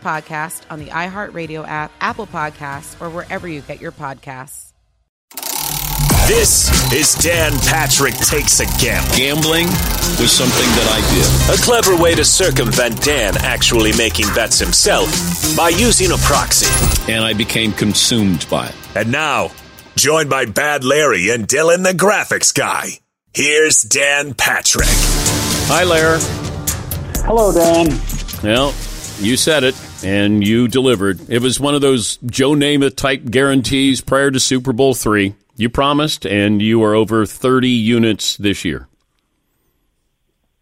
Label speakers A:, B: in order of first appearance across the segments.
A: podcast on the iHeartRadio app, Apple Podcasts, or wherever you get your podcasts.
B: This is Dan Patrick Takes a Gamble.
C: Gambling was something that I did.
B: A clever way to circumvent Dan actually making bets himself by using a proxy.
C: And I became consumed by it.
B: And now, joined by Bad Larry and Dylan the graphics guy, here's Dan Patrick.
C: Hi, Lair.
D: Hello, Dan.
C: Well, you said it, and you delivered. It was one of those Joe Namath type guarantees prior to Super Bowl three. You promised, and you are over 30 units this year.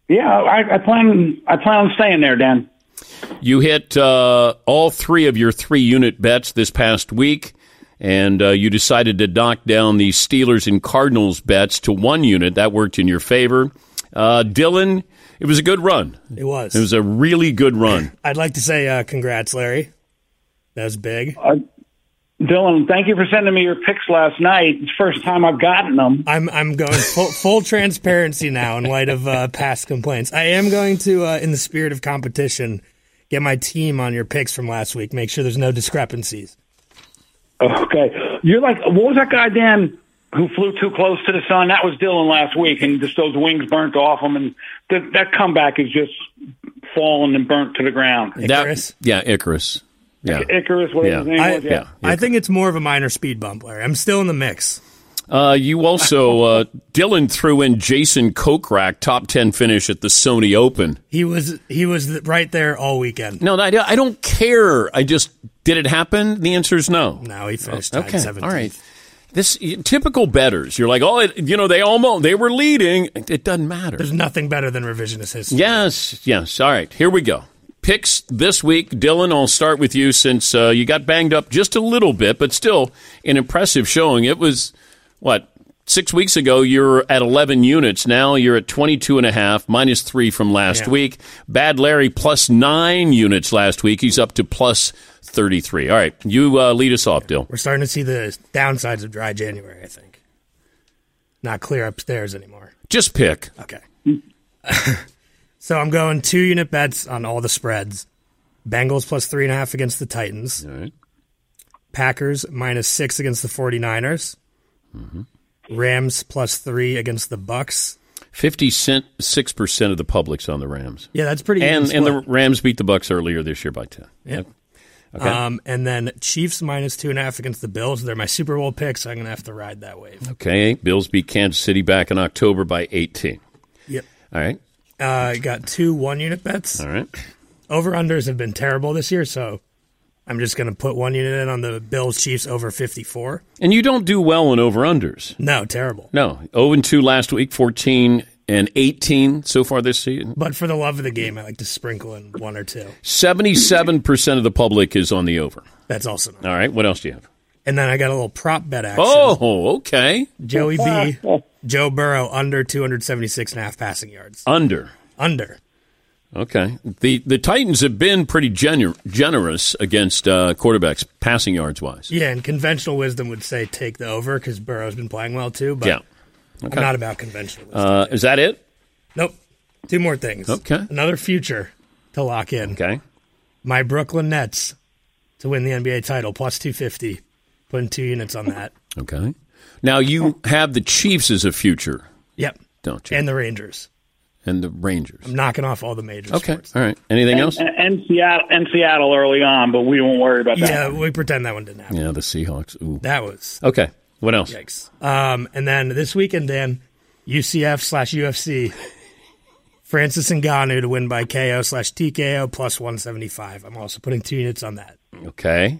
D: Yeah, I, I plan. I plan on staying there, Dan.
C: You hit uh, all three of your three unit bets this past week, and uh, you decided to knock down the Steelers and Cardinals bets to one unit. That worked in your favor. Uh, Dylan, it was a good run.
E: It was.
C: It was a really good run.
E: I'd like to say uh, congrats, Larry. That was big.
D: Dylan, thank you for sending me your picks last night. It's the first time I've gotten them.
E: I'm I'm going full, full transparency now in light of uh, past complaints. I am going to, uh, in the spirit of competition, get my team on your picks from last week. Make sure there's no discrepancies.
D: Okay, you're like what was that guy Dan who flew too close to the sun? That was Dylan last week, and just those wings burnt off him, and th- that comeback is just fallen and burnt to the ground.
E: Icarus?
C: That, yeah, Icarus. Yeah.
D: Icarus, whatever
C: Yeah.
D: his name
E: I,
D: was. Yeah.
E: I think it's more of a minor speed bump, Larry. I'm still in the mix.
C: Uh, you also, uh, Dylan threw in Jason Kokrak, top 10 finish at the Sony Open.
E: He was he was th- right there all weekend.
C: No, I, I don't care. I just, did it happen? The answer is no.
E: Now he finished tied
C: Okay.
E: 17th.
C: All right. This typical betters, you're like, oh, it, you know, they almost they were leading. It doesn't matter.
E: There's nothing better than revisionist history.
C: Yes, yes. All right, here we go. Picks this week, Dylan. I'll start with you since uh, you got banged up just a little bit, but still an impressive showing. It was what six weeks ago you're at 11 units. Now you're at 22 and a half, minus three from last week. Bad Larry plus nine units last week. He's up to plus 33. All right, you uh, lead us off, Dill.
E: We're starting to see the downsides of dry January. I think not clear upstairs anymore.
C: Just pick.
E: Okay. so I'm going two unit bets on all the spreads. Bengals plus three and a half against the Titans.
C: All right.
E: Packers minus six against the 49ers.
C: Mm-hmm.
E: Rams plus three against the Bucks.
C: Fifty-six percent of the public's on the Rams,
E: Yeah, that's pretty. even
C: and and the
E: split.
C: Rams beat the Bucks earlier this year by ten.
E: Yep.
C: Okay.
E: um, and then Chiefs minus two and a half against the Bills. They're my Super Bowl picks. So I'm gonna have to ride that wave.
C: Okay. Bills beat Kansas City back in October by eighteen.
E: Yep.
C: All right.
E: Uh, I got two one unit bets.
C: All right.
E: Over unders have been terrible this year, so I'm just gonna put one unit in on the Bills Chiefs over 54.
C: And you don't do well in over unders.
E: No, terrible.
C: No, zero and two last week, fourteen and eighteen so far this season.
E: But for the love of the game, I like to sprinkle in one or two.
C: Seventy-seven percent of the public is on the over.
E: That's also nice.
C: All right. What else do you have?
E: And then I got a little prop bet action.
C: Oh, okay.
E: Joey B, Joe Burrow under 276 and a half passing yards.
C: Under.
E: Under.
C: Okay. The the Titans have been pretty genu- generous against uh, quarterbacks passing yards wise.
E: Yeah, and conventional wisdom would say take the over because Burrow's been playing well too. But
C: Yeah.
E: I'm not about conventional wisdom.
C: Uh, is that it?
E: nope. Two more things.
C: Okay.
E: Another future to lock in.
C: Okay.
E: My Brooklyn Nets to win the NBA title plus two fifty. Putting two units on that.
C: Okay. Now you have the Chiefs as a future,
E: Yep.
C: don't you?
E: And the Rangers.
C: And the Rangers.
E: I'm knocking off all the majors.
C: Okay. All right. Anything else?
D: And, and Seattle, and Seattle early on, but we don't worry about that.
E: Yeah, we pretend that one didn't happen.
C: Yeah, the Seahawks. Ooh.
E: That was
C: Okay. What else?
E: Yikes. Um, and then this weekend, Dan, UCF slash UFC, Francis Ngannou to win by KO slash TKO plus 175. I'm also putting two units on that.
C: Okay.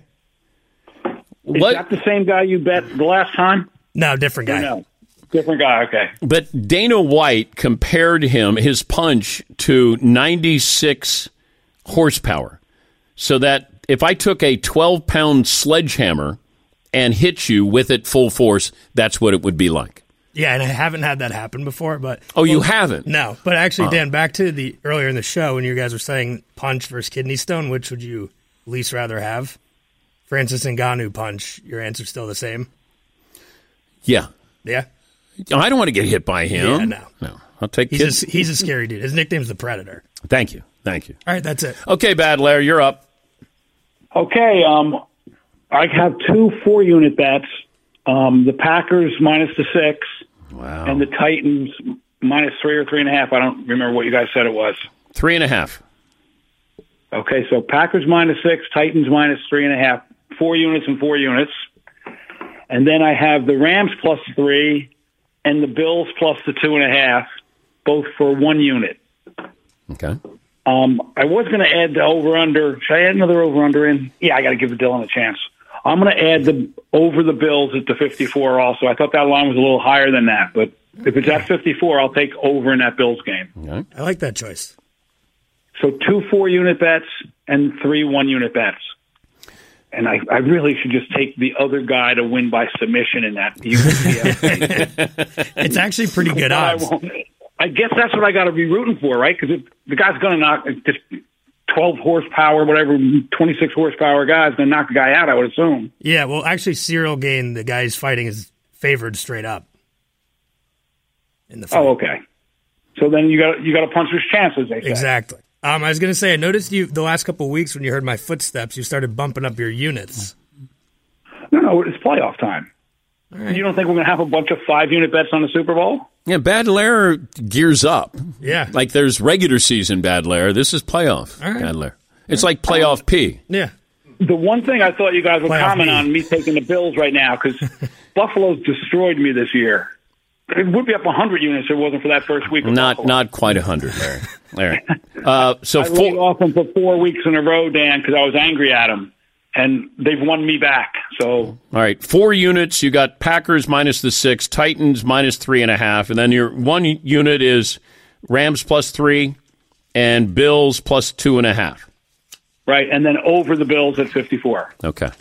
D: Is
C: What?
D: that the same guy you bet the last time?
E: No, different guy.
D: No, different guy. Okay.
C: But Dana White compared him his punch to 96 horsepower, so that if I took a 12 pound sledgehammer and hit you with it full force, that's what it would be like.
E: Yeah, and I haven't had that happen before, but
C: Oh, you haven't?
E: no. But actually, Dan, back to the earlier in the show when you guys were saying punch versus kidney stone, which would you least rather have? Francis Ngannou punch. Your answer's still the same.
C: Yeah,
E: Yeah.
C: I don't want to get hit by him.
E: Yeah, no.
C: I'll take
E: He's
C: kids.
E: a, he's a scary dude. His nickname's the Predator.
C: Thank you, thank you.
E: All right, that's it.
C: Okay, Bad Larry, you're up.
D: Okay. Um, I have two four unit bets. Um, the Packers minus the six,
C: Wow,
D: and the Titans minus three or three and a half. I don't remember what you guys said it was.
C: three and a half.
D: Okay, so Packers minus six, Titans minus three and a half, four units and four units. And then I have the Rams plus three and the Bills plus the two and a half, both for one unit.
C: Okay,
D: Um, I was going to add the over under. Should I add another over under in? Yeah, I got to give the Dylan a chance. I'm going to add the over the Bills at the 54 also. I thought that line was a little higher than that, but if it's at 54, I'll take over in that Bills game.
E: I like that choice.
D: So two four unit bets and three one unit bets. And I, I really should just take the other guy to win by submission in that. UCF.
E: It's actually pretty good
D: I,
E: odds.
D: won't. I guess that's what I got to be rooting for, right? Because the guy's going to knock just 12 horsepower, whatever, 26 horsepower guy is going to knock the guy out, I would assume.
E: Yeah, well, actually, Cyril Gain, the guy he's fighting, is favored straight up. In the fight.
D: Oh, okay. So then you got you got to punch his chances. They say.
E: exactly. Um, I was gonna say, I noticed you the last couple of weeks when you heard my footsteps, you started bumping up your units.
D: No, no, it's playoff time. You don't think we're going to have a bunch of five unit bets on the Super Bowl?
C: yeah, Bad Larry gears up.
E: Yeah,
C: Like there's regular season Bad Larry. This is playoff
E: right.
C: Bad Larry. It's like playoff P.
E: yeah,
D: The one thing I thought you guys would
E: Playoff
D: comment
E: me.
D: on me taking the Bills right now because Buffalo's destroyed me this year. It would be up 100 units if it wasn't for that first week. of
C: Not
D: Buffalo.
C: not quite a hundred, Larry. Larry. Uh, so
D: I laid
C: four.
D: off them for four weeks in a row, Dan, because I was angry at them, and they've won me back. So
C: All right, four units. You got Packers minus the six, Titans minus three and a half, and then your one unit is Rams plus three and Bills plus two and a half.
D: right, and then over the Bills at 54.
C: Okay.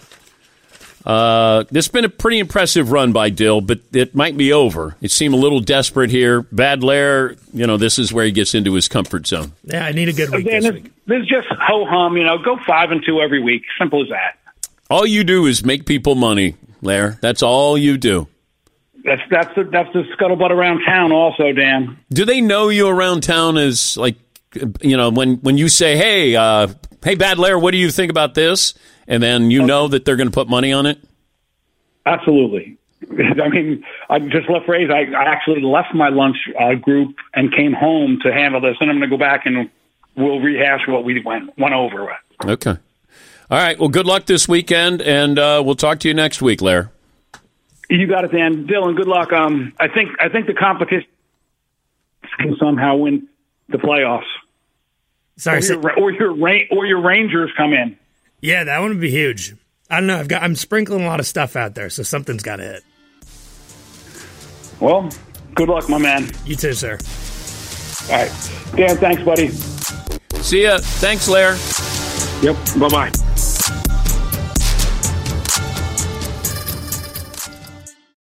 C: Uh, this has been a pretty impressive run by Dill, but it might be over. It seemed a little desperate here. Bad Lair, you know, this is where he gets into his comfort zone.
E: yeah. I need a good week
D: Dan,
E: this
D: this,
E: week.
D: this is just ho hum. You know, go five and two every week. Simple as that.
C: All you do is make people money, Lair. That's all you do.
D: That's that's the, that's the scuttlebutt around town, also, Dan.
C: Do they know you around town as like you know when when you say hey uh, hey bad lair what do you think about this and then you know that they're going to put money on it?
D: Absolutely. I mean, I just left Rays. I, I actually left my lunch uh, group and came home to handle this, and I'm going to go back and we'll rehash what we went went over with.
C: Okay. All right. Well, good luck this weekend, and uh, we'll talk to you next week, Lair.
D: You got it, Dan. Dylan, good luck. Um, I think I think the competition can somehow win the playoffs,
E: Sorry,
D: or
E: say-
D: your, or your Ra- or your Rangers come in.
E: yeah, that one would be huge. I don't know. I've got I'm sprinkling a lot of stuff out there, so something's got to hit.
D: Well, good luck, my man.
E: You too, sir.
D: All right, Dan. Thanks, buddy.
C: See ya. Thanks, Lair.
D: Yep. Bye bye.